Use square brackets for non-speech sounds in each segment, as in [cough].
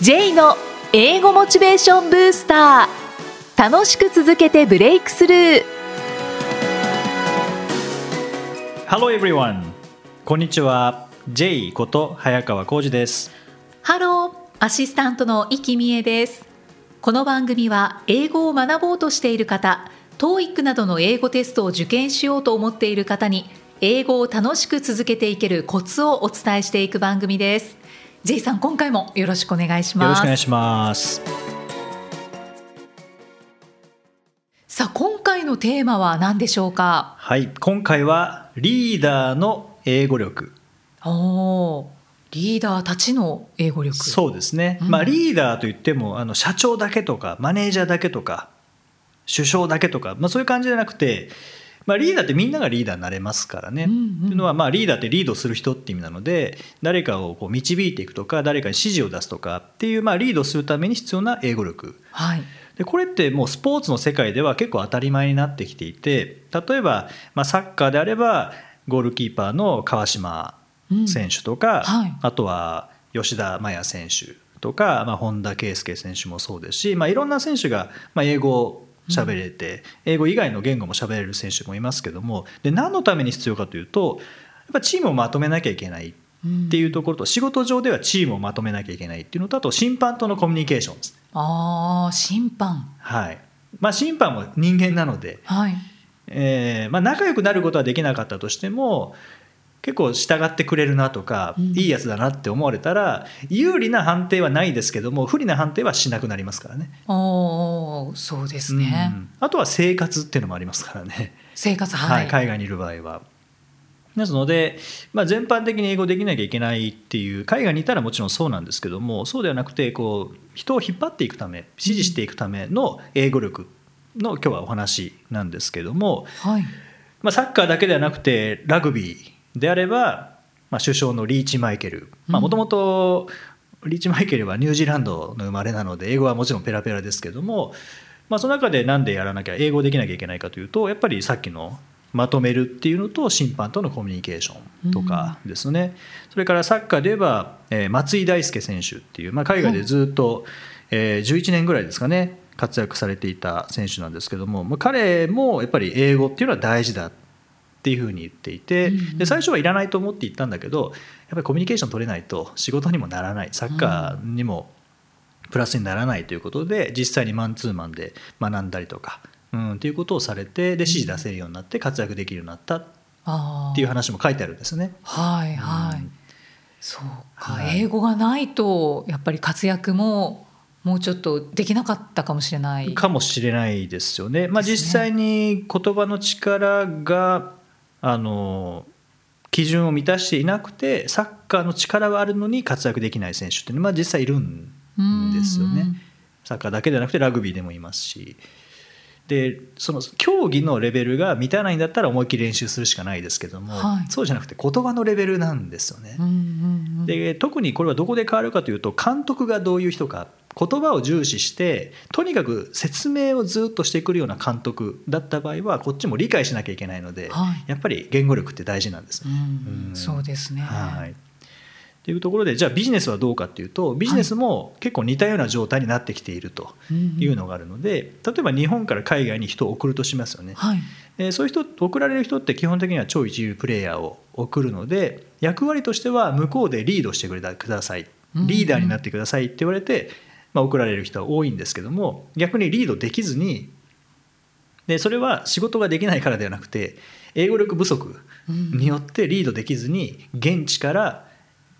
J の英語モチベーションブースター楽しく続けてブレイクスルー Hello everyone こんにちは J こと早川浩二ですハローアシスタントの生きみえですこの番組は英語を学ぼうとしている方 TOEIC などの英語テストを受験しようと思っている方に英語を楽しく続けていけるコツをお伝えしていく番組です J さん今回もよろしくお願いしよまろすしくお願いしますさあ今回のテーマは何でしょうかはい今回はリーダーの英語力おおーリーダーたちの英語力そうですね、うんまあリーダーといってもあの社長だけとかマネージャーだけとか首相だけとか、まあ、そういう感じじゃなくて、まあ、リーダーってみんながリーダーになれますからね。うんうんというのはまあリーダーってリードする人って意味なので誰かをこう導いていくとか誰かに指示を出すとかっていうまあリードするために必要な英語力はいでこれってもうスポーツの世界では結構当たり前になってきていて例えば、まあ、サッカーであればゴールキーパーの川島選手とか、うんはいあとは吉田麻也選手とか、まあ、本田圭佑選手もそうですし、まあ、いろんな選手が、まあ、英語を喋れて、英語以外の言語も喋れる選手もいますけどもで何のために必要かというとやっぱチームをまとめなきゃいけないっていうところと、仕事上ではチームをまとめなきゃいけないっていうのとあと審判とのコミュニケーションですねああ審判はいまあ、審判も人間なので、はいえーまあ、仲良くなることはできなかったとしても結構従ってくれるなとか、うんいいやつだなって思われたら有利な判定はないですけども不利な判定はしなくなりますからねおおそうですね、うんあとは生活っていうのもありますからね、生活ははいい、海外にいる場合は。ですので、まあ、全般的に英語できなきゃいけないっていう海外にいたらもちろんそうなんですけどもそうではなくてこう人を引っ張っていくため支持していくための英語力の今日はお話なんですけども、はいまあ、サッカーだけではなくてラグビーであれば、まあ、首相のリーチマイケルうんもともとリーチマイケルはニュージーランドの生まれなので英語はもちろんペラペラですけども、まあ、その中でなんでやらなきゃ英語できなきゃいけないかというとやっぱりさっきのまとめるっていうのと審判とのコミュニケーションとかですね、それからサッカーで言えば、えー松井大輔選手っていう、まあ、海外でずっと、えー11年ぐらいですかね活躍されていた選手なんですけども、まあ、彼もやっぱり英語っていうのは大事だっていうふうに言っていて、うんうんで最初はいらないと思って行ったんだけどやっぱりコミュニケーション取れないと仕事にもならないサッカーにもプラスにならないということで実際にマンツーマンで学んだりとか。うん、ということをされてで指示出せるようになって活躍できるようになったっああていう話も書いてあるんですね。はいはい、うんそうか、はい英語がないとやっぱり活躍ももうちょっとできなかったかもしれないかもしれないですよね。まあ、ですね実際に言葉の力があの基準を満たしていなくてサッカーの力はあるのに活躍できない選手っていうのはまあ実際いるんうんですよね。サッカーだけじゃなくてラグビーでもいますしでその競技のレベルが満たないんだったら思いっきり練習するしかないですけども、はいそうじゃなくて言葉のレベルなんですよね。うんうんうんで特にこれはどこで変わるかというと監督がどういう人か言葉を重視してとにかく説明をずっとしてくるような監督だった場合はこっちも理解しなきゃいけないので、はいやっぱり言語力って大事なんですうね。んうんそうですね、はいというところでじゃあビジネスはどうかというとビジネスも結構似たような状態になってきているとうんいうのがあるので例えば日本から海外に人を送るとしますよね。はいえーそういう人送られる人って基本的には超一流プレイヤーを送るので役割としては向こうでリードしてくれたくださいうんリーダーになってくださいって言われて、まあ、送られる人は多いんですけども逆にリードできずにでそれは仕事ができないからではなくて英語力不足うんによってリードできずに現地から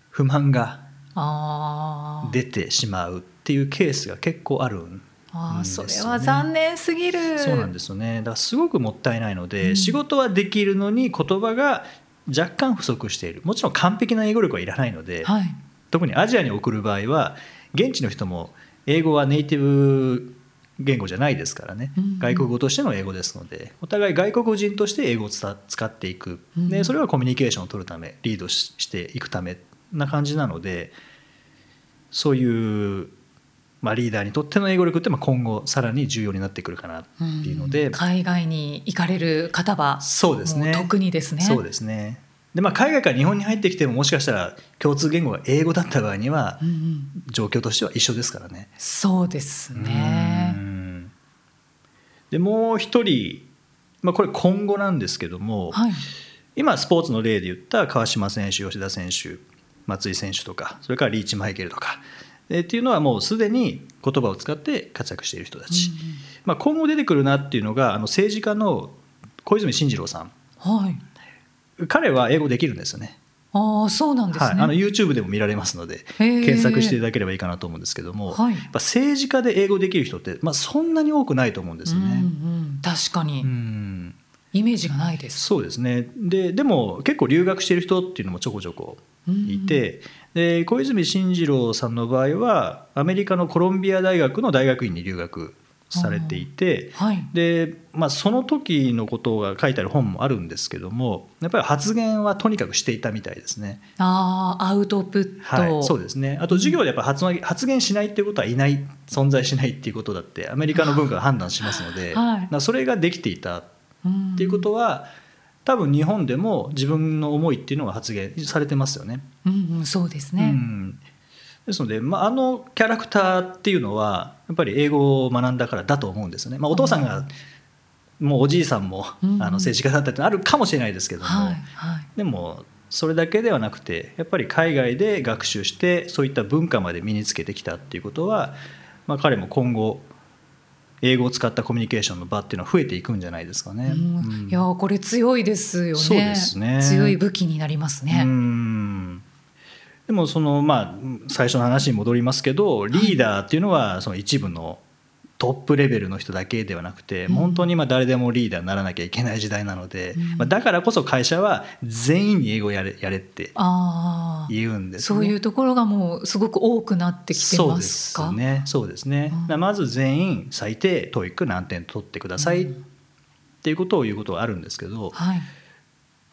不満がああ出てしまうっていうケースが結構あるんああそれですよはね残念すぎるそうなんですよねだからすごくもったいないので、うん仕事はできるのに言葉が若干不足しているもちろん完璧な英語力はいらないので、はい特にアジアに送る場合は現地の人も英語はネイティブ言語じゃないですからね、うんうん外国語としての英語ですのでお互い外国人として英語をつた使っていくうんうでんそれはコミュニケーションを取るためリードししていくためな感じなのでそういう、まあ、リーダーにとっての英語力ってまあ今後さらに重要になってくるかなっていうので、ん海外に行かれる方はそうですもねう特にですねそうですねでまあ、海外から日本に入ってきてももしかしたら共通言語が英語だった場合にはうんうん状況としては一緒ですからね。そうですうね。んでもう一人、まあ、これ今後なんですけども、はい。今スポーツの例で言った川島選手吉田選手松井選手とかそれからリーチマイケルとかえーっていうのはもうすでに言葉を使って活躍している人たち、まあ、今後出てくるなっていうのがあの政治家の小泉進次郎さんうんうんはい。彼は英語できるんですよねああ、そうなんですはい、ね。あの YouTube でも見られますのでへー検索していただければいいかなと思うんですけども、はいやっぱ政治家で英語できる人って、まあ、そんなに多くないと思うんですようんね。うん、確かに、うんイメージがないです。そうですねででも結構留学してる人っていうのもちょこちょこいて、で小泉進次郎さんの場合はアメリカのコロンビア大学の大学院に留学されていて、はい。でまあ、その時のことが書いてある本もあるんですけどもやっぱり発言はとにかくしていたみたいですね。ああ、アウトプッはト。い、そうですねあと授業でやっぱ発話発言しないってことはいない存在しないっていうことだってアメリカの文化が判断しますの [laughs] で、はいだからそれができていたっうんていうことは多分日本でも自分の思いっていうのは発言されてますよね。うんうん、そうですうね。ん、ですので、まあ、あのキャラクターっていうのはやっぱり英語を学んだからだと思うんですよね。まあ、お父さんがもうおじいさんもあうんの政治家だったってのあるかもしれないですけども、はい。はい。でもそれだけではなくてやっぱり海外で学習してそういった文化まで身につけてきたっていうことは、まあ、彼も今後英語を使ったコミュニケーションの場っていうのは増えていくんじゃないですかね。うんうんいやーこれ強いですよねそうですね強い武器になりますうね、んでもそのまあ最初の話に戻りますけどリーダーっていうのはその一部のトップレベルの人だけではなくて、うん本当に今誰でもリーダーにならなきゃいけない時代なので、うんまあ、だからこそ会社は全員に英語やれやれってああ言うんです、そういうところがもうすごく多くなってきてますかそうですねそうですね、うんだからまず全員最低 TOEIC 何点取ってください、っていうことを言うことはあるんですけどはい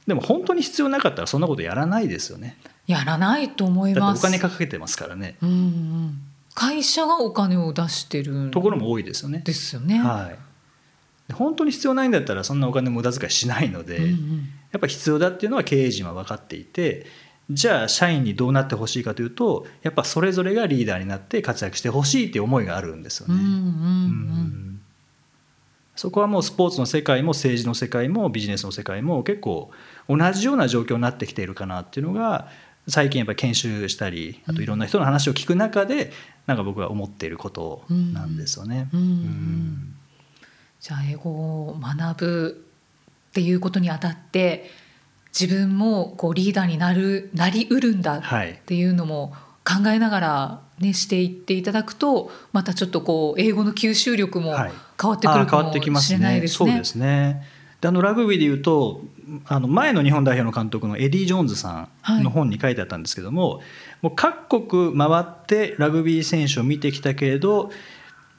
でも本当に必要なかったらそんなことやらないですよねやらないと思いだまってすお金かけてますからねうんうん、会社がお金を出してるところも多いですよねですよね、はいで本当に必要ないんだったらそんなお金無駄遣いしないので、うんうやんっぱ必要だっていうのは経営陣は分かっていてじゃあ社員にどうなってほしいかというとやっぱそれぞれがリーダーになって活躍してほしいっていう思いがあるんですようんね。うんうんそこはもうスポーツの世界も政治の世界もビジネスの世界も結構同じような状況になってきているかなっていうのが最近やっぱり研修したりあといろんな人の話を聞く中でなんか僕が思っていることなんですよね。うんうんうんじゃあ英語を学ぶっていうことにあたって自分もこうリーダーになるなりうるんだっはいていうのも考えながら、ね、していっていただくとまたちょっとこう英語の吸収力もはい変わってくるあーか変わってきもましすれないね。ですそうねで。すね。であのラグビーでいうとあの前の日本代表の監督のエディ・ジョーンズさんの本に書いてあったんですけども,、もう各国回ってラグビー選手を見てきたけれど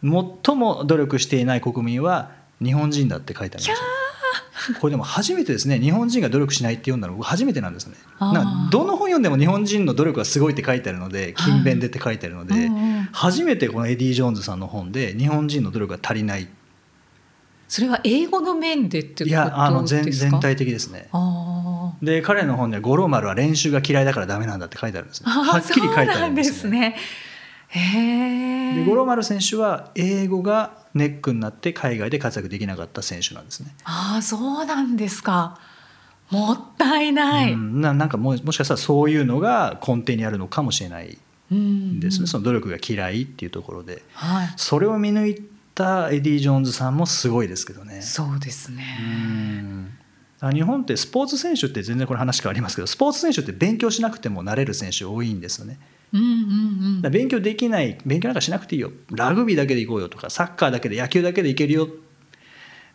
最も努力していない国民は日本人だって書いてありました。これでも初めてですね日本人が努力しないって読んだの僕初めてなんですねあーなんかどの本読んでも日本人の努力はすごいって書いてあるので勤勉でって書いてあるので、うんうん初めてこのエディ・ジョーンズさんの本で日本人の努力が足りないそれは英語の面でっていうことですかいやあの全全体的ですねあーで彼の本では「五郎丸は練習が嫌いだからダメなんだ」って書いてあるんですねあー [laughs] はっきり書いてそうあなるんんでですすねね。へでえ。五郎丸選手は英語がネックになって海外で活躍できなかった選手なんですね、ああそうなんですか。もったいない。ううんんななんかももしかしたらそういうのが根底にあるのかもしれないうんですね、その努力が嫌いっていうところではい。それを見抜いたエディ・ジョーンズさんもすごいですけどねそうですね。あ日本ってスポーツ選手って全然これ話変わりますけどスポーツ選手って勉強しなくてもなれる選手多いんですよねうんうんうん。だから勉強できない勉強なんかしなくていいよラグビーだけで行こうよとかサッカーだけで野球だけで行けるよ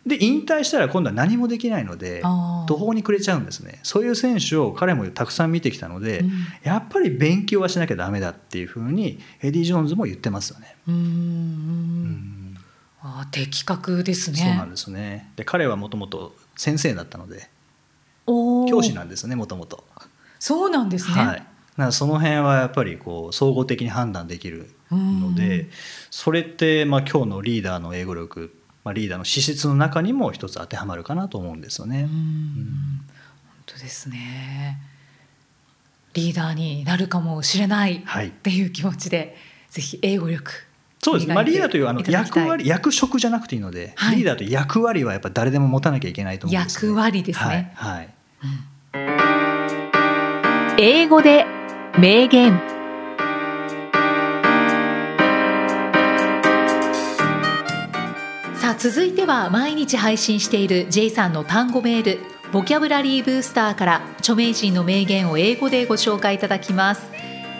で引退したら今度は何もできないのであー途方に暮れちゃうんですねそういう選手を彼もたくさん見てきたので、うんやっぱり勉強はしなきゃダメだっていうふうにエディ・ジョーンズも言ってますよね。うんうんううん。んああ的確ですね。そうなんですねで彼はもともと先生だったのでおお。教師なんですねもともと。そうなんですね。はい、なんかその辺はやっぱりこう総合的に判断できるのうでんそれってまあ今日のリーダーの英語力、まあ、リーダーの資質の中にも一つ当てはまるかなと思うんですよう。ねん。本当でですねリーダーになるかもしれないっはいていう気持ちでぜひ英語力そうですね、まあ、リーダーというあのいただき役たい割役職じゃなくていいので、はいリーダーという役割はやっぱ誰でも持たなきゃいけないと思うんです、役割ですね、はいはい英語で名言さあ続いては毎日配信している J さんの単語メールボキャブラリーブースターから著名人の名言を英語でご紹介いただきます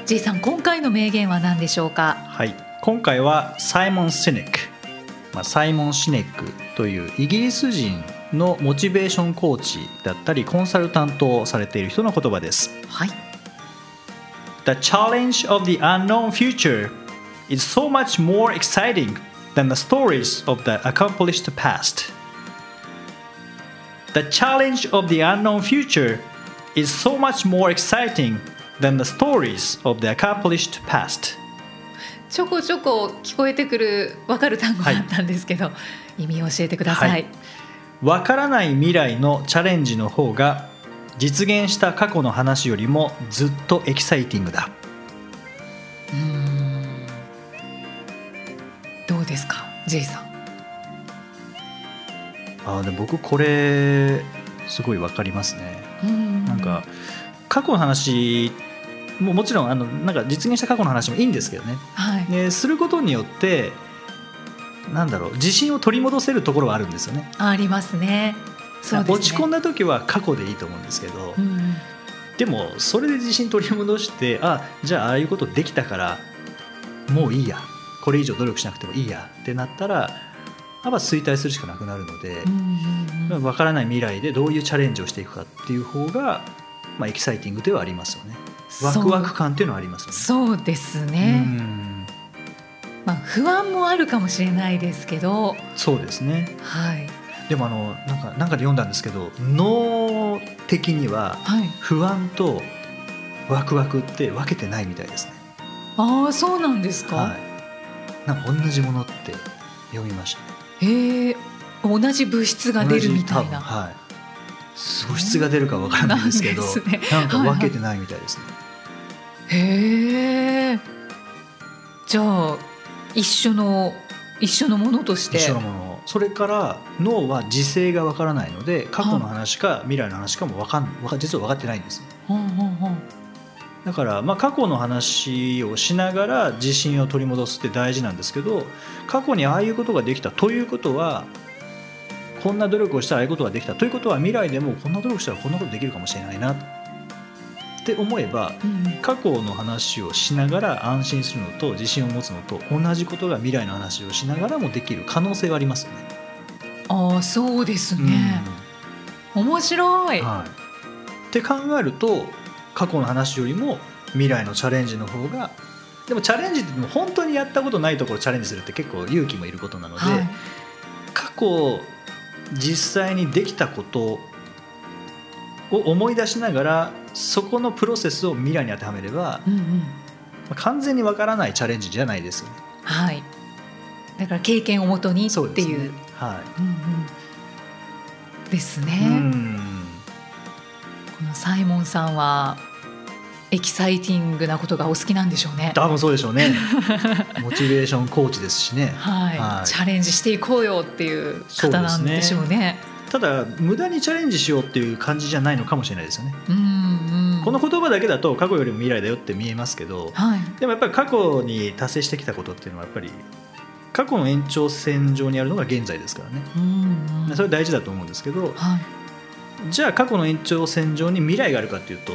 J さん今回の名言は何でしょうかはい、今回はサイモン・シネック、まあ、サイモン・シネックというイギリス人のモチベーションコーチだったりコンサルタントをされている人の言葉ですはい The challenge of the unknown future is so much more exciting than the stories of the accomplished past. The challenge of the unknown future is so much more exciting than the stories of the accomplished past. ちょこちょこ聞こえてくるわかる単語はいだったんですけど、意味を教えてください、はいわからない未来のチャレンジの方が実現した過去の話よりもずっとエキサイティングだ。どうですか J さんあーでも僕これすごいわかりますね。うんなんか過去の話ももちろんあのなんか実現した過去の話もいいんですけどねはいですることによってなんだろう自信を取り戻せるところはあるんですよねありますね。そうですね。落ち込んだ時は過去でいいと思うんですけど、うんうんでもそれで自信取り戻してあじゃあああいうことできたからもういいやこれ以上努力しなくてもいいやってなったらやっぱ衰退するしかなくなるので、うんうんうん分からない未来でどういうチャレンジをしていくかっていう方が、まあ、エキサイティングではありますよね。ワクワク感っていうのはありますよね。そうそうですね。ねまあ不安もあるかもしれないですけど、そうですね。はいでもあのなんかなんかで読んだんですけど、脳的にははい。不安とワクワクって分けてないみたいですね。ああそうなんですか。はい。なんか同じものって読みましたね。へえ同じ物質が出るみた同いじ多分な。はい。素質が出るかわからないんですけど、そなうなん [laughs] ですねんか分けてないみたいですね。へえ。じゃあ一緒の一緒のものとして。一緒のものを。それから脳は時勢がわからないので、過去の話か未来の話かもわかんわか実は分かってないんですよ。うんうんうんだから、まあ、過去の話をしながら自信を取り戻すって大事なんですけど過去にああいうことができたということはこんな努力をしたらああいうことができたということは未来でもこんな努力したらこんなことできるかもしれないなって思えばうんうん。過去の話をしながら安心するのと自信を持つのと同じことが未来の話をしながらもできる可能性はありますよね。ああそうですね。面白い。うんはい、って考えると過去の話よりも未来のチャレンジの方がでもチャレンジっても本当にやったことないところチャレンジするって結構勇気もいることなので、はい。過去実際にできたことを思い出しながらそこのプロセスを未来に当てはめればうんうん。まあ完全にわからないチャレンジじゃないですよね。はい。だから経験をもとにっていう。そうですねはうんうんですねい、、うんこのサイモンさんはエキサイティングなことがお好きなんでしょうね。多分そうでしょうねモチベーションコーチですしね。はい、はいチャレンジしていこうよっていうそうで方すねなんでしょうね。ただ無駄にチャレンジしようっていう感じじゃないのかもしれないですよね、うんうん。この言葉だけだと過去よりも未来だよって見えますけどはい。でもやっぱり過去に達成してきたことっていうのはやっぱり過去の延長線上にあるのが現在ですからねうんうん。それ大事だと思うんですけどはい。じゃあ過去の延長線上に未来があるかっていうと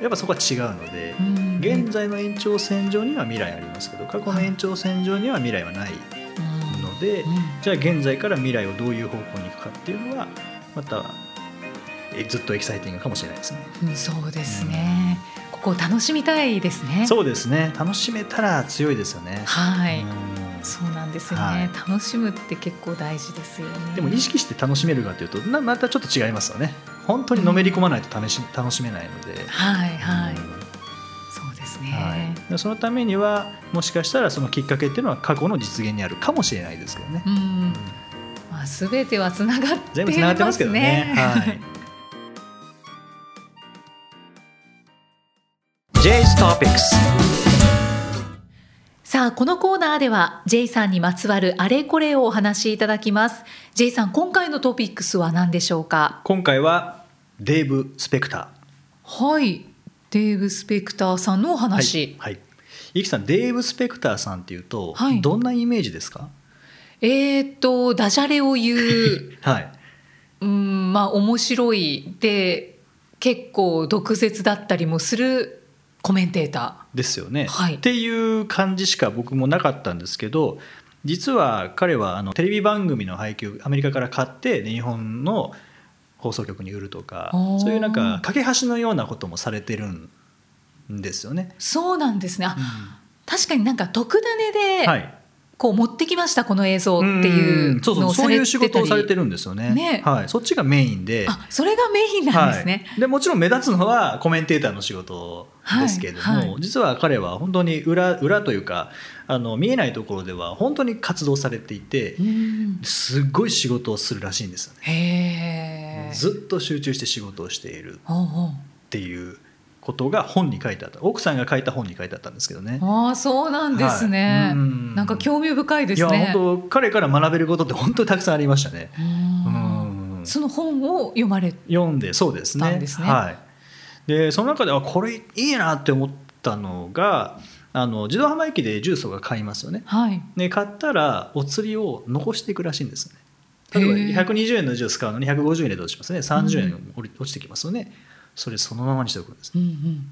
やっぱそこは違うのでうんうん現在の延長線上には未来ありますけど過去の延長線上には未来はないうんので、うんじゃあ現在から未来をどういう方向に行くかっていうのはまたえずっとエキサイティングかもしれないですね。うんそうですね。ここを楽しみたいですね。そうですね楽しめたら強いですよね。はい。うんそうなんですよね、はい楽しむって結構大事ですよね。でも意識して楽しめるかというとなまたちょっと違いますよね。本当にのめり込まないと楽し楽しめないので。はいはい、うんそうですね。はい、でそのためにはもしかしたらそのきっかけっていうのは過去の実現にあるかもしれないですけどね。うんう、んまあ、すべてはつながっていますね。全部つながってますけどね。はい J's Topics さあこのコーナーでは J さんにまつわるあれこれをお話しいただきます J さん今回のトピックスは何でしょうか今回はデーブ・スペクタはいデーブ・スペクターさんのおー話、はい、はい、イキさんデーブ・スペクターさんっていうと、はいどんなイメージですかえーっとダジャレを言 [laughs] うはいうんまあ面白いで結構毒舌だったりもするコメンテータですよね、はいっていう感じしか僕もなかったんですけど実は彼はあのテレビ番組の配給アメリカから買って日本の放送局に売るとかおーそういうなんか架け橋のようなこともされてるんですよね。ーそうなんですね、あ確かになんか特ダネで、はい、こう持ってきましたこの映像っていんうそうのそうをさそういれうて仕た事をされてりるんですよね。ねはい、そっちがメインであそれがメインなんですね、はい、でもちろん目立つのはコメンテーターの仕事ですけれども、はいはい実は彼は本当に裏裏というかあの見えないところでは本当に活動されていてうんすっごい仕事をするらしいんですよね。へえずっと集中して仕事をしているおうおうっていうことが本に書いてあった奥さんが書いた本に書いてあったんですけどね。ああそうなんですね、はいうんなんか興味深いですいねや本当彼から学べることって本当にたくさんありましたね。うんうんその本を読まれ読んでそうですたねんですねはい、でその中ではこれいいなって思ったのがあの自動販売機でジュースが買いますよねはいで買ったらお釣りを残していくらしいんですよねへ例ええば120円のジュース買うのに150円でどうしますね30う円落ちてきますよね、それそのままにしておくんですうんうん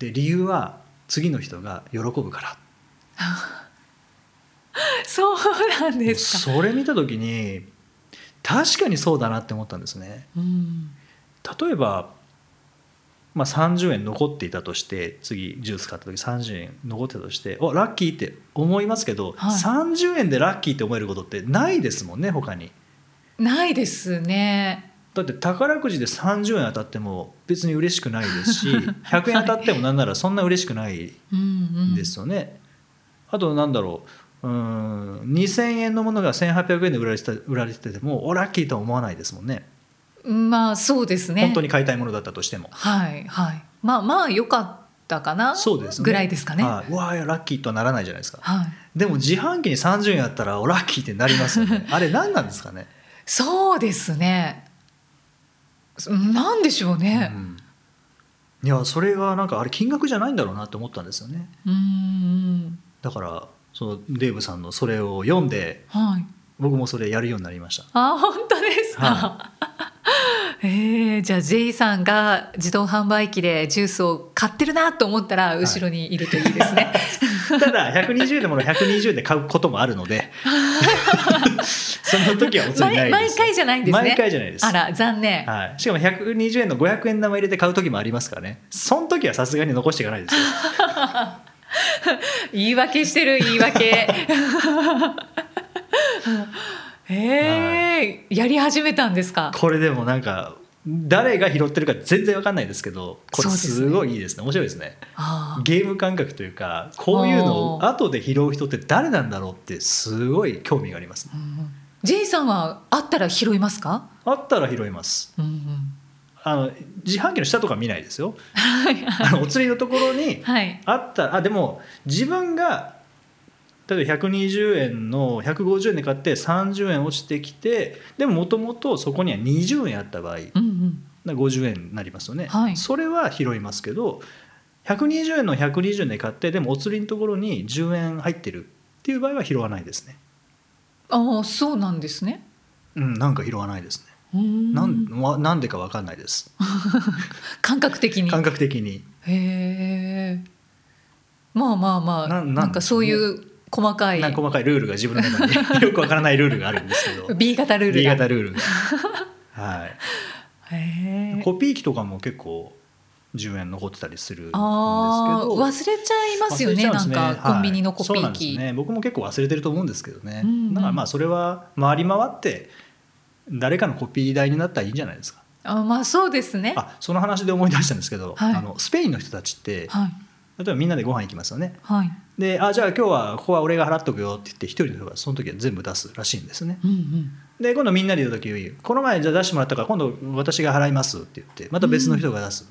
で理由は次の人が喜ぶからそうなんですかそれ見た時に確かにそうだなって思ったんですねうん例えば、まあ、30円残っていたとして次ジュース買った時30円残ってたとしておラッキーって思いますけど、はい30円でラッキーって思えることってないですもんね他にないですねだって宝くじで30円当たっても別に嬉しくないで [laughs] すし100円当たってもなんならそんな嬉しくないうんうんんですよね、あとなんだろううーん2000円のものが1800円で売られてた売られててもおラッキーとは思わないですもんねまあそうですね本当に買いたいものだったとしてもはいはいまあまあ良かったかなそうですねぐらいですかねははいうわあラッキーとはならないじゃないですかい、でも自販機に30円あったらおラッキーってなります [laughs] よねあれ何なんですかね、そうですねそなんでしょううねん、いやそれがなんかあれ金額じゃないんだろうなって思ったんですよねうんうんだからそのデーブさんのそれを読んではい僕もそれやるようになりましたあ本当ですか、は [laughs] えーじゃあ J さんが自動販売機でジュースを買ってるなと思ったら後ろにいるといいですね、 [laughs] ただ120円のもの120円で買うこともあるので [laughs] その時はお釣りな毎いで毎す回じゃないんですね毎回じゃないですあら残念、はい、しかも120円の500円玉入れて買う時もありますからねその時はさすがに残していかないですよ言い訳してる言い [laughs] 訳えーやり始めたんですかこれでもなんか誰が拾ってるか全然わかんないですけどこそれうですねすごいいいですね面白いですねあーゲーム感覚というかこういうのを後で拾う人って誰なんだろうってすごい興味がありますうん J さんはあったら拾いますか、あったら拾いますうんうんあの自販機の下とか見ないですよはいあのお釣りのところにはいあったらあでも自分が例えば120円の150円で買って30円落ちてきてでももともとそこには20円あった場合うんうんな50円になりますよね、はいそれは拾いますけど120円の120円で買ってでもお釣りのところに10円入ってるっていう場合は拾わないですねああそうなんですねうんなんか拾わないですねうんなんわなんでか分かんないです感覚的に感覚的にへえまあまあまあなななんんかそういう細かいなんか細かいルールが自分の中によく分からないルールがあるんですけど B 型 [laughs] ルー B ルが型 [laughs] ルールがはいへえコピー機とかも結構10円残ってたりするんですけどあー忘れちゃいますよね忘れちゃうんでなすんかコンビニのコピはいそうなーんです機、ね、僕も結構忘れてると思うんですけどね、うんうんだからまあそれは回り回って誰かのコピー代になったらいいんじゃないですかあまあそうですねあその話で思い出したんですけど、はいあのスペインの人たちってはい例えばみんなでご飯行きますよねはいであじゃあ今日はここは俺が払っとくよって言って一人の人がその時は全部出すらしいんですねうんうんで今度みんなでいる時この前じゃあ出してもらったから今度私が払いますって言ってまた別の人が出す、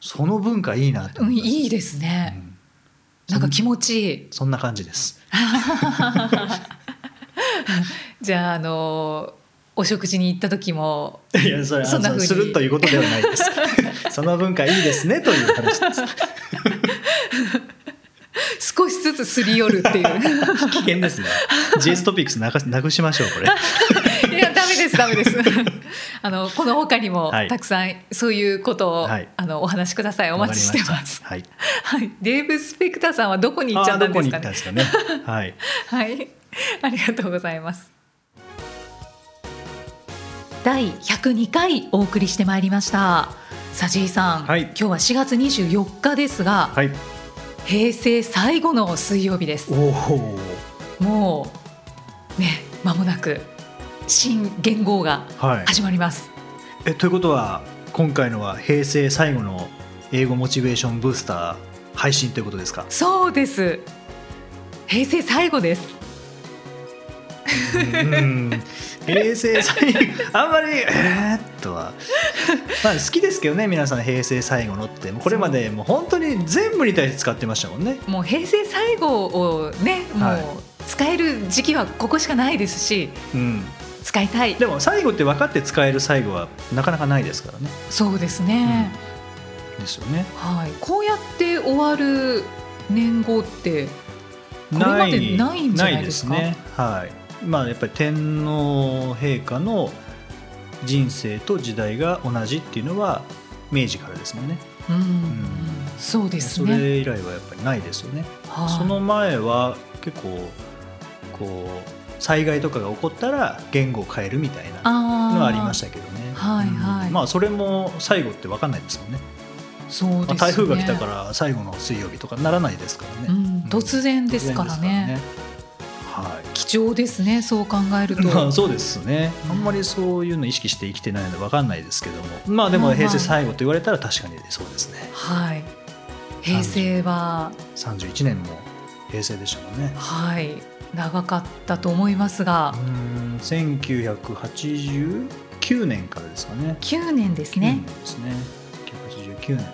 その文化いいなってう思んいましいいですたねう。んなんか気持ちいい。そんな感じですじゃああのお食事に行った時も [laughs] いやそれそんなあの風にするということではな [laughs] いですその文化いいですねという話です少しずつすり寄るっていう危険ですね GS トピックスなくなくしましょうこれいやダメですダメ [laughs] ですあのこの他にもはいたくさん、そういうことを、はいあのお話しくださいおお待ちしてますはいはいデーブ・スペクターさんはどこに行っちゃあーったどんこですに行かったんねですかねはいはいありがとうございます第102回お送りしてまいりました佐治井さん、はい今日は4月24日ですが、はい平成最後の水曜日ですおおもうね間もなく新元号がはい始まります、えということは今回のは平成最後の英語モチベーションブースター配信ということですかそうです平成最後ですうん平成最後あんまりえー、っとはまあ好きですけどね皆さん平成最後のってもうこれまでもう本当に全部に対して使ってましたもんねもう平成最後をねもはいう使える時期はここしかないですしうん使いたいでも最後って分かって使える最後はなかなかないですからねそうですね、ですよねはいこうやって終わる年号ってこれまでないんじゃないですかなねはいまあやっぱり天皇陛下の人生と時代が同じっていうのは明治からですもんねうん、んそうですそねれ以来はやっぱりないですよねはいその前は結構こう災害とかが起こったら言語を変えるみたいなのはありましたけどねはいはいうんまあそれも最後って分かんないですもんねあーそうですね、まあ台風が来たから最後の水曜日とかならないですからね、うん突然突然ですからねからねはい貴重ですねそう考えると、まあ、 [laughs] そうですねあんまりそういうの意識して生きてないので分かんないですけどもまあでまあまもあ平成最後と言われたら確かにそうですねはい平成は31年も平成でしたもんねはい長かったと思いますうがん1989年からですかね9年です9ね年、ですね1989年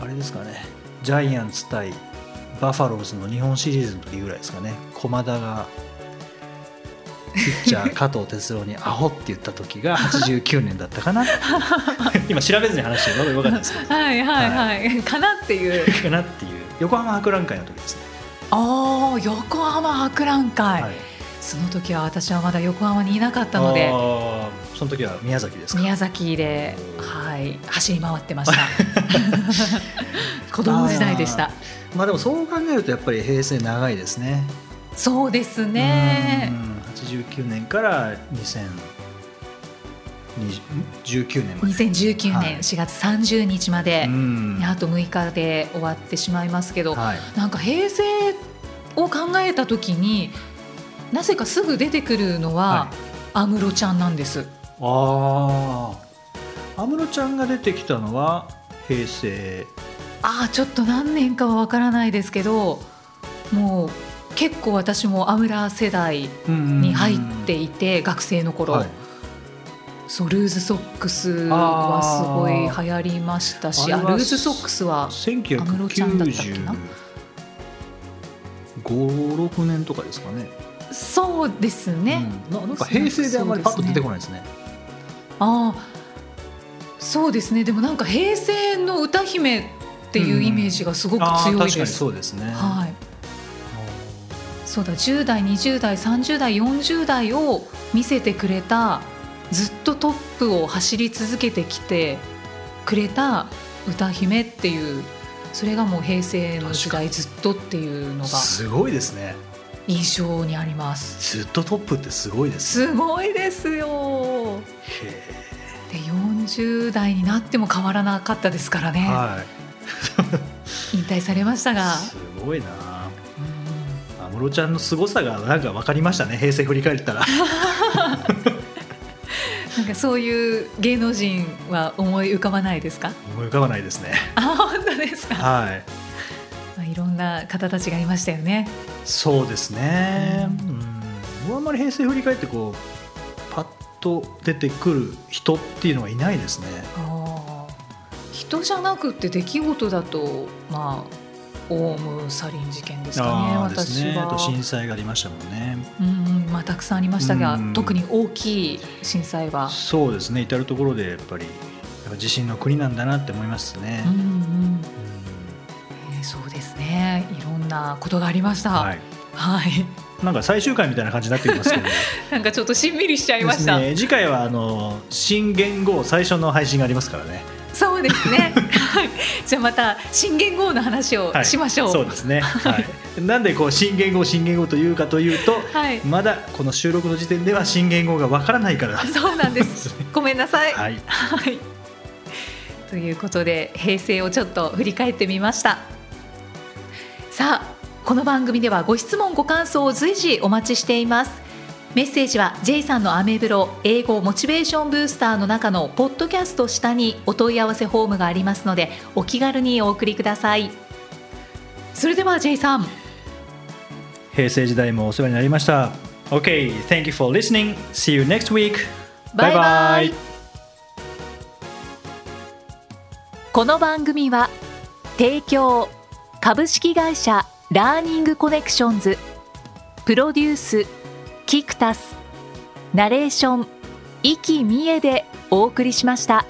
あれですかねジャイアンツ対バファローズの日本シリーズの時ぐらいですかね駒田がピッチャー加藤哲郎に「アホ」って言った時が89年だったかな今調べずに話してるので分かんないですけはいはいはい、 [laughs] かなっていうどかなっていう横浜博覧会の時ですね、ああ横浜博覧会、はいその時は私はまだ横浜にいなかったのであーその時は宮崎ですか宮崎ではい走り回ってました [laughs] 子供時代でしたまあでもそう考えるとやっぱり平成長いですねそうですうねん89年から2019年まで2019はい年4月30日まで、うんあと6日で終わってしまいますけど、はいなんか平成を考えた時になぜかすぐ出てくるのはは安室、ちゃんなんですああ安室ちゃんが出てきたのは平成ああちょっと何年かはわからないですけどもう結構私も安室世代にに入っていて、学生の頃、はいそうルーズソックスはすごい流行りましたしああーあれはルーズソックスは室ちゃんだったっけな1956年とかですかねそうですね、うんななんか平成であまりパッと出てこないですねああそうですねでもなんか平成の歌姫っていうイメージがすごくあー強い確かでにす、そうですね、はいそうだ10代20代30代40代を見せてくれたずっとトップを走り続けてきてくれた歌姫っていうそれがもう平成の時代ずっとっていうのがすごいですね印象にありますずっとトップってすごいですねすごいですよへで40代になっても変わらなかったですからね、ーはい引退されましたが、すごいなうん安室ちゃんの凄さがなんか分かりましたね平成振り返っ [laughs] たらなんかそういう芸能人は思い浮かばないですか思い浮かばないですねあ本当ですか、はいまあ、いろんな方たちがいましたよねそうですね、ううん、僕はあんまり平成振り返ってこうパッと出てくる人っていうのはいないですねおー人じゃなくって出来事だとまあオウムサリン事件ですかねああです私ねあはと震災がありましたもんねうんうんまあ、たくさんありましたが、うん特に大きい震災は、そうですね至る所でやっぱりやっぱ地震の国なんだなって思いますねうん、うんうんえーそうですねいろんなことがありましたははい、 [laughs] いなんか最終回みたいな感じになってきますけどなんかちょっとしんみりしちゃいました、ですね次回はあの新元号最初の配信がありますからねそうですねはいじゃあまた新元号の話をはいしましょう、そうですね、はい、 [laughs] なんでこう新元号新元号というかというとはいまだこの収録の時点では新元号がわからないからそうなんです。ごめんなさい。はいはい。ということで平成をちょっと振り返ってみました。さあこの番組ではご質問ご感想を随時お待ちしています。メッセージは J さんのアメブロ英語モチベーションブースターの中のポッドキャスト下にお問い合わせフォームがありますのでお気軽にお送りください。それでは J さん平成時代もお世話になりました OK thank you for listening see you next week バイバイ bye bye この番組は提供株式会社ラーニングコネクションズプロデュースキクタスナレーション生きみえでお送りしました。